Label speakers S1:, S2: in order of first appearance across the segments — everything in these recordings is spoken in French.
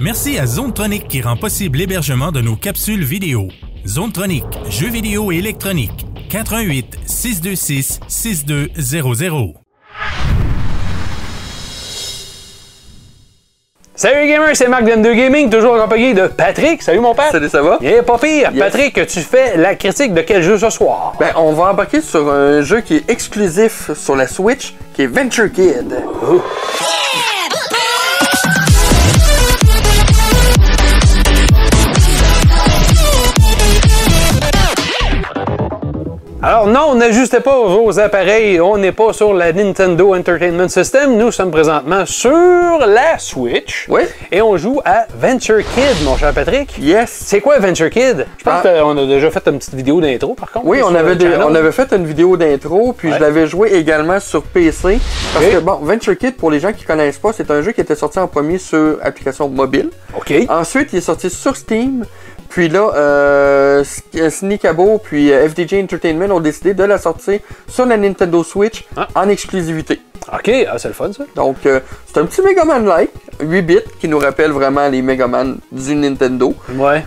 S1: Merci à Zone Tronic qui rend possible l'hébergement de nos capsules vidéo. Zone Tronic, jeux vidéo et électronique. 88 626 6200.
S2: Salut les gamers, c'est Marc de M2 Gaming, toujours accompagné de Patrick. Salut mon père.
S3: Salut, ça va?
S2: Il est pas pire. Patrick, tu fais la critique de quel jeu ce soir?
S3: Ben, on va embarquer sur un jeu qui est exclusif sur la Switch, qui est Venture Kid.
S2: Alors non, n'ajustez pas vos appareils, on n'est pas sur la Nintendo Entertainment System, nous sommes présentement sur la Switch.
S3: Oui.
S2: Et on joue à Venture Kid, mon cher Patrick.
S3: Yes!
S2: C'est quoi Venture Kid? Je pense
S3: Ah.
S2: qu'on a déjà fait une petite vidéo d'intro, par contre.
S3: Oui,
S2: sur
S3: on
S2: le
S3: avait, des-
S2: channel.
S3: on avait fait une vidéo d'intro, puis
S2: Ouais.
S3: je l'avais joué également sur PC. Parce
S2: Ok.
S3: que, bon, Venture Kid, pour les gens qui connaissent pas, c'est un jeu qui était sorti en premier sur application mobile.
S2: OK.
S3: Ensuite, il est sorti sur Steam. Puis là, euh, S- euh, Sneakabo puis euh, FDJ Entertainment ont décidé de la sortir sur la Nintendo Switch
S2: Ah.
S3: en exclusivité.
S2: OK, ah, c'est le fun, ça.
S3: Donc, euh, c'est un petit Megaman-like, 8 bits, qui nous rappelle vraiment les Megaman du Nintendo.
S2: Ouais.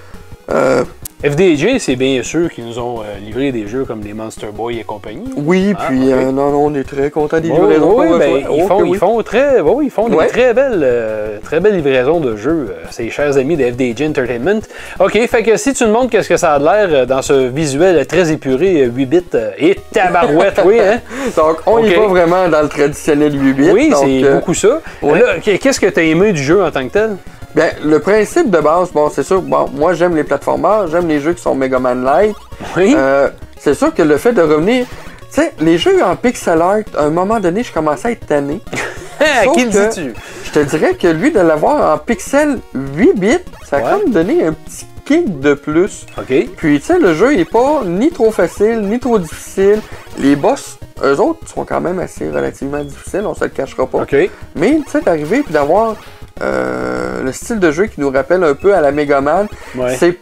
S3: Euh,
S2: FDJ, c'est bien ceux qui nous ont euh, livré des jeux comme les Monster Boy et compagnie.
S3: oui,
S2: Ah,
S3: puis
S2: ok.
S3: euh, non, non, on est très content des
S2: Oui,
S3: livraisons.
S2: oui,
S3: qu'on
S2: ben,
S3: reçoit.
S2: ils,
S3: Oh,
S2: font,
S3: que oui.
S2: ils font très, oui, oui, ils font
S3: Ouais.
S2: des très belles, euh, très belles livraisons de jeux, euh, ces chers amis de FDJ Entertainment. OK, fait que si tu me montres qu'est-ce que ça a de l'air euh, dans ce visuel très épuré, euh, 8 bits euh, et tabarouette, oui, hein?
S3: Donc, on
S2: Ok.
S3: y va vraiment dans le traditionnel 8 bits.
S2: Oui,
S3: donc,
S2: c'est
S3: euh,
S2: beaucoup ça.
S3: ouais.
S2: Là, qu- qu'est-ce que tu as aimé du jeu en tant que tel?
S3: Bien, ben, le principe de base, bon, c'est sûr, bon, moi j'aime les plateformers, j'aime les jeux qui sont Megaman-like.
S2: Oui.
S3: Euh, c'est sûr que le fait de revenir. Tu sais, les jeux en pixel art, à un moment donné, je commençais à être tanné.
S2: À
S3: Euh, sauf
S2: qui le
S3: que-
S2: dis-tu?
S3: Je te dirais que lui, de l'avoir en pixel 8 bits, ça a
S2: Ouais.
S3: comme donné un petit kick de plus.
S2: OK.
S3: Puis, tu sais, le jeu est pas ni trop facile, ni trop difficile. Les boss, eux autres, sont quand même assez relativement difficiles, on se le cachera pas.
S2: OK.
S3: Mais, tu sais, d'arriver puis d'avoir euh, le style de jeu qui nous rappelle un peu à la Megaman,
S2: Ouais.
S3: c'est...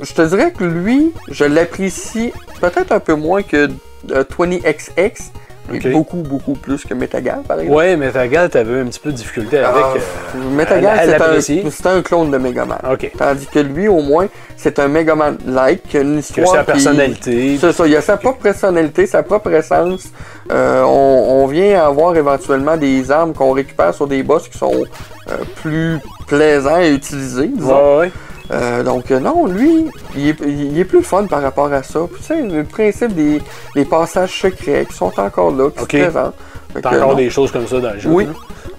S3: Je te dirais que lui, je l'apprécie peut-être un peu moins que euh, 20XX, mais
S2: Ok.
S3: beaucoup, beaucoup plus que Metagal, par exemple.
S2: Ouais, mais Vagal, t'avais un petit peu de difficulté avec.
S3: Ah,
S2: euh, elle-
S3: Metagal,
S2: Ah. elle
S3: c'est un-
S2: apprécie.
S3: c'est un, clone de Megaman.
S2: OK.
S3: Tandis que lui, au moins, c'est un Megaman-like, qui a une
S2: Que
S3: histoire.
S2: sa
S3: qui-
S2: personnalité.
S3: C'est ça, il a sa propre personnalité, sa propre essence. Euh, on, on vient avoir éventuellement des armes qu'on récupère sur des boss qui sont euh, plus plaisants à utiliser, disons.
S2: Ouais, ouais.
S3: Euh, donc euh, non, lui, il est, il est plus fun par rapport à ça. Puis, tu sais, le principe des, des passages secrets qui sont encore là, qui
S2: Ok.
S3: se présentent. Fait
S2: T'as
S3: que,
S2: encore
S3: non.
S2: des choses comme ça dans le jeu. hein?
S3: Oui.
S2: là?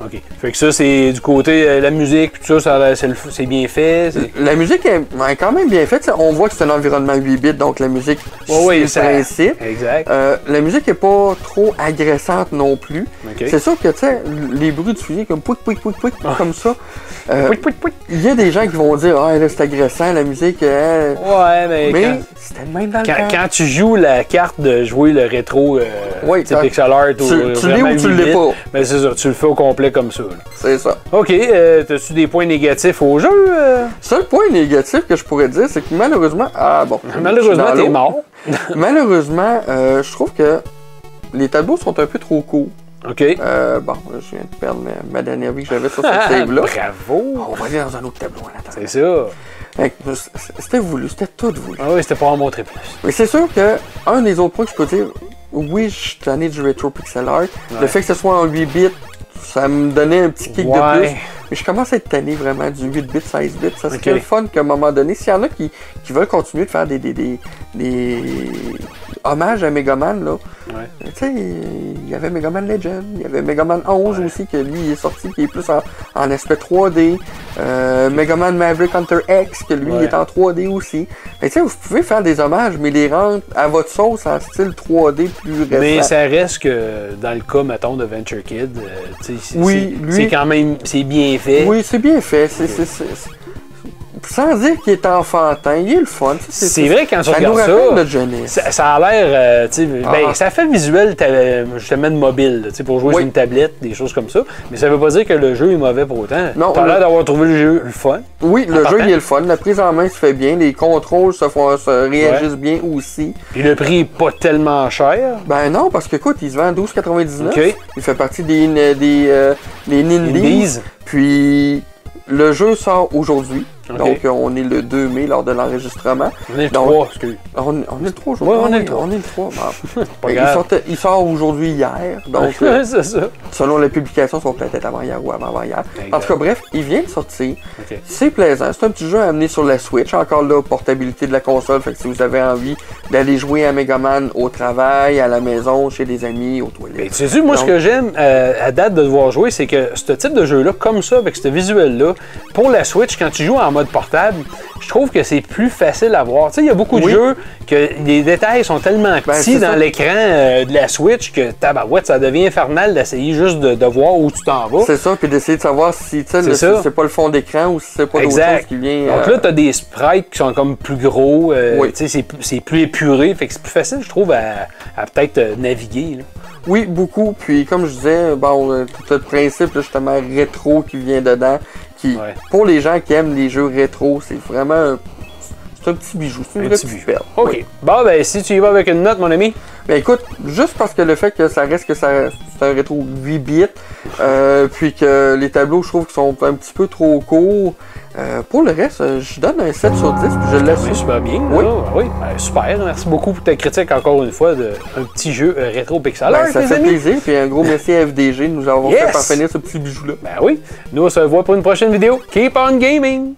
S2: OK. Fait que ça, c'est du côté euh, la musique, puis tout ça, ça a l'air- c'est le f- c'est bien fait. c'est-
S3: La musique est, est quand même bien faite. Tu sais, On voit que c'est un environnement 8 bits, donc la musique,
S2: Ouais, ouais,
S3: c'est le
S2: ça-
S3: principe.
S2: Exact.
S3: Euh, la musique est pas trop agressante non plus.
S2: OK.
S3: C'est sûr que, tu sais, les bruits de fusil comme pouic, pouic, pouic, pouic, comme ça, euh,
S2: Pouic, pouic, pouic.
S3: il y a des gens qui vont dire « Ah, là, c'est agressant, la musique, euh,
S2: Ouais, mais,
S3: Mais
S2: quand-
S3: c'était le même dans le
S2: Quand,
S3: temps.
S2: quand tu joues la carte de jouer le rétro euh,
S3: Oui,
S2: type
S3: quand-
S2: pixel art ou
S3: tu-
S2: euh,
S3: tu l'es
S2: vraiment
S3: ou tu l'es
S2: limite,
S3: pas.
S2: ben c'est ça, tu le fais au complet comme ça. là.
S3: C'est ça.
S2: OK, euh, t'as-tu des points négatifs au jeu? euh?
S3: Seul point négatif que je pourrais dire, c'est que malheureusement... Ah, bon.
S2: Malheureusement,
S3: je suis dans
S2: t'es
S3: l'eau.
S2: mort.
S3: Malheureusement, euh, je trouve que les tableaux sont un peu trop courts.
S2: OK.
S3: Euh, bon, je viens de perdre ma, ma dernière vie que j'avais sur cette
S2: Ah,
S3: save-là.
S2: bravo!
S3: On va aller dans un autre tableau en attendant.
S2: C'est ça.
S3: Fait que c- C'était voulu, c'était tout voulu.
S2: Ah oui, c'était pour en montrer plus.
S3: Mais c'est sûr que un des autres points que je peux dire, oui, je suis tanné du rétro pixel art. Le fait que ce soit en 8 bits, ça me donnait un petit kick
S2: Ouais.
S3: de plus. Mais je commence à être tanné vraiment du 8 bits, 16 bits. Ça serait
S2: Ok.
S3: le fun qu'à un moment donné, s'il y en a qui, qui veulent continuer de faire des, des, des, des hommages à Megaman, là.
S2: Ouais.
S3: Tu sais, il y avait Megaman Legend, il y avait Megaman 11 aussi, que lui, il est sorti, qui est plus en, en aspect 3D. Euh, Megaman Maverick Hunter X, que lui,
S2: Ouais.
S3: il est en 3D aussi. Mais tu sais, vous pouvez faire des hommages, mais les rendre à votre sauce en style 3D plus récent.
S2: Mais ça reste que dans le cas, mettons, de Venture Kid, euh, tu sais, c'est-
S3: Oui,
S2: c'est
S3: lui-
S2: c'est quand même c'est bien fait.
S3: Oui, c'est bien fait. C'est, c'est- c'est- c'est- Sans dire qu'il est enfantin, il est le fun. Tu sais,
S2: C'est vrai quand tu
S3: ça nous
S2: regardes
S3: rappelle
S2: ça.
S3: notre jeunesse.
S2: Ça, ça a l'air, euh, tu sais, ben,
S3: Ah.
S2: ça fait visuel t'as, euh, justement de mobile, là, tu sais, pour jouer
S3: Oui.
S2: sur une tablette, des choses comme ça. Mais ça veut pas dire que le jeu est mauvais pour autant.
S3: Non,
S2: T'as
S3: le-
S2: l'air d'avoir trouvé le jeu le fun.
S3: Oui, le
S2: En
S3: jeu,
S2: partant.
S3: il est le fun. La prise en main se fait bien. Les contrôles se, font, se réagissent bien aussi.
S2: Puis le prix est pas tellement cher.
S3: Ben non, parce que écoute, il se vend à 12,99.
S2: Ok.
S3: Il fait partie des, des, euh, des Nindies.
S2: Indies.
S3: Puis, Le jeu sort aujourd'hui.
S2: Ok.
S3: Donc, euh, on est le 2 mai lors de l'enregistrement.
S2: On est le
S3: Donc-
S2: 3, excuse.
S3: On, on est le 3
S2: Ouais, on
S3: aujourd'hui.
S2: est le
S3: oui,
S2: trois.
S3: On est le 3. bah.
S2: Pas
S3: il,
S2: grave.
S3: sortait- il sort aujourd'hui hier. Donc, euh,
S2: Ouais, c'est ça.
S3: selon la publication, ça va peut-être être avant-hier ou avant-avant-hier. En
S2: Exact.
S3: tout cas, bref, il vient de sortir.
S2: Ok.
S3: C'est plaisant. C'est un petit jeu à amener sur la Switch. Encore là, portabilité de la console. Fait que si vous avez envie d'aller jouer à Mega Man au travail, à la maison, chez des amis, aux toilettes.
S2: Mais tu sais, moi, ce que j'aime euh, à date de devoir jouer, c'est que ce type de jeu-là, comme ça, avec ce visuel-là, pour la Switch, quand tu joues en mode portable, je trouve que c'est plus facile à voir. Tu sais, il y a beaucoup de
S3: Oui.
S2: jeux que les détails sont tellement
S3: Ben,
S2: petits
S3: c'est
S2: dans
S3: ça.
S2: l'écran euh, de la Switch que tabarouette, ça devient infernal d'essayer juste de, de voir où tu t'en vas.
S3: C'est ça, puis d'essayer de savoir si tu sais, le-
S2: Oh. ça.
S3: c'est pas le fond d'écran ou si c'est pas d'autre chose
S2: Exact.
S3: qui vient.
S2: Donc
S3: euh,
S2: là, tu as des sprites qui sont comme plus gros, euh,
S3: Oui.
S2: tu sais, c'est plus- c'est plus épuré, fait que c'est plus facile, je trouve, à, à peut-être euh, naviguer. là.
S3: Oui, beaucoup. Puis comme je disais, bon, euh, tout le principe là, justement rétro qui vient dedans, qui
S2: Ouais.
S3: pour les gens qui aiment les jeux rétro, c'est vraiment un- c'est un petit bijou, c'est une
S2: Un
S3: vraie
S2: petit bijou.
S3: petite perle.
S2: OK.
S3: Oui.
S2: Bon, ben, si tu y vas avec une note, mon ami,
S3: Ben écoute, juste parce que le fait que ça reste que ça c'est un rétro 8 bits, euh, puis que les tableaux je trouve qu'ils sont un petit peu trop courts. euh, pour le reste, euh, je donne un 7 sur 10, puis je
S2: C'est
S3: l'assume.
S2: super bien.
S3: Oui.
S2: là. Oui, Ben, super. Merci beaucoup pour ta critique, encore une fois, d'un petit jeu euh, rétro pixel
S3: Ben,
S2: art,
S3: ça
S2: les
S3: fait
S2: amis.
S3: plaisir, puis un gros merci à FDG de nous avoir
S2: Yes!
S3: fait parvenir ce petit bijou-là.
S2: Ben oui. Nous, on se voit pour une prochaine vidéo. Keep on gaming!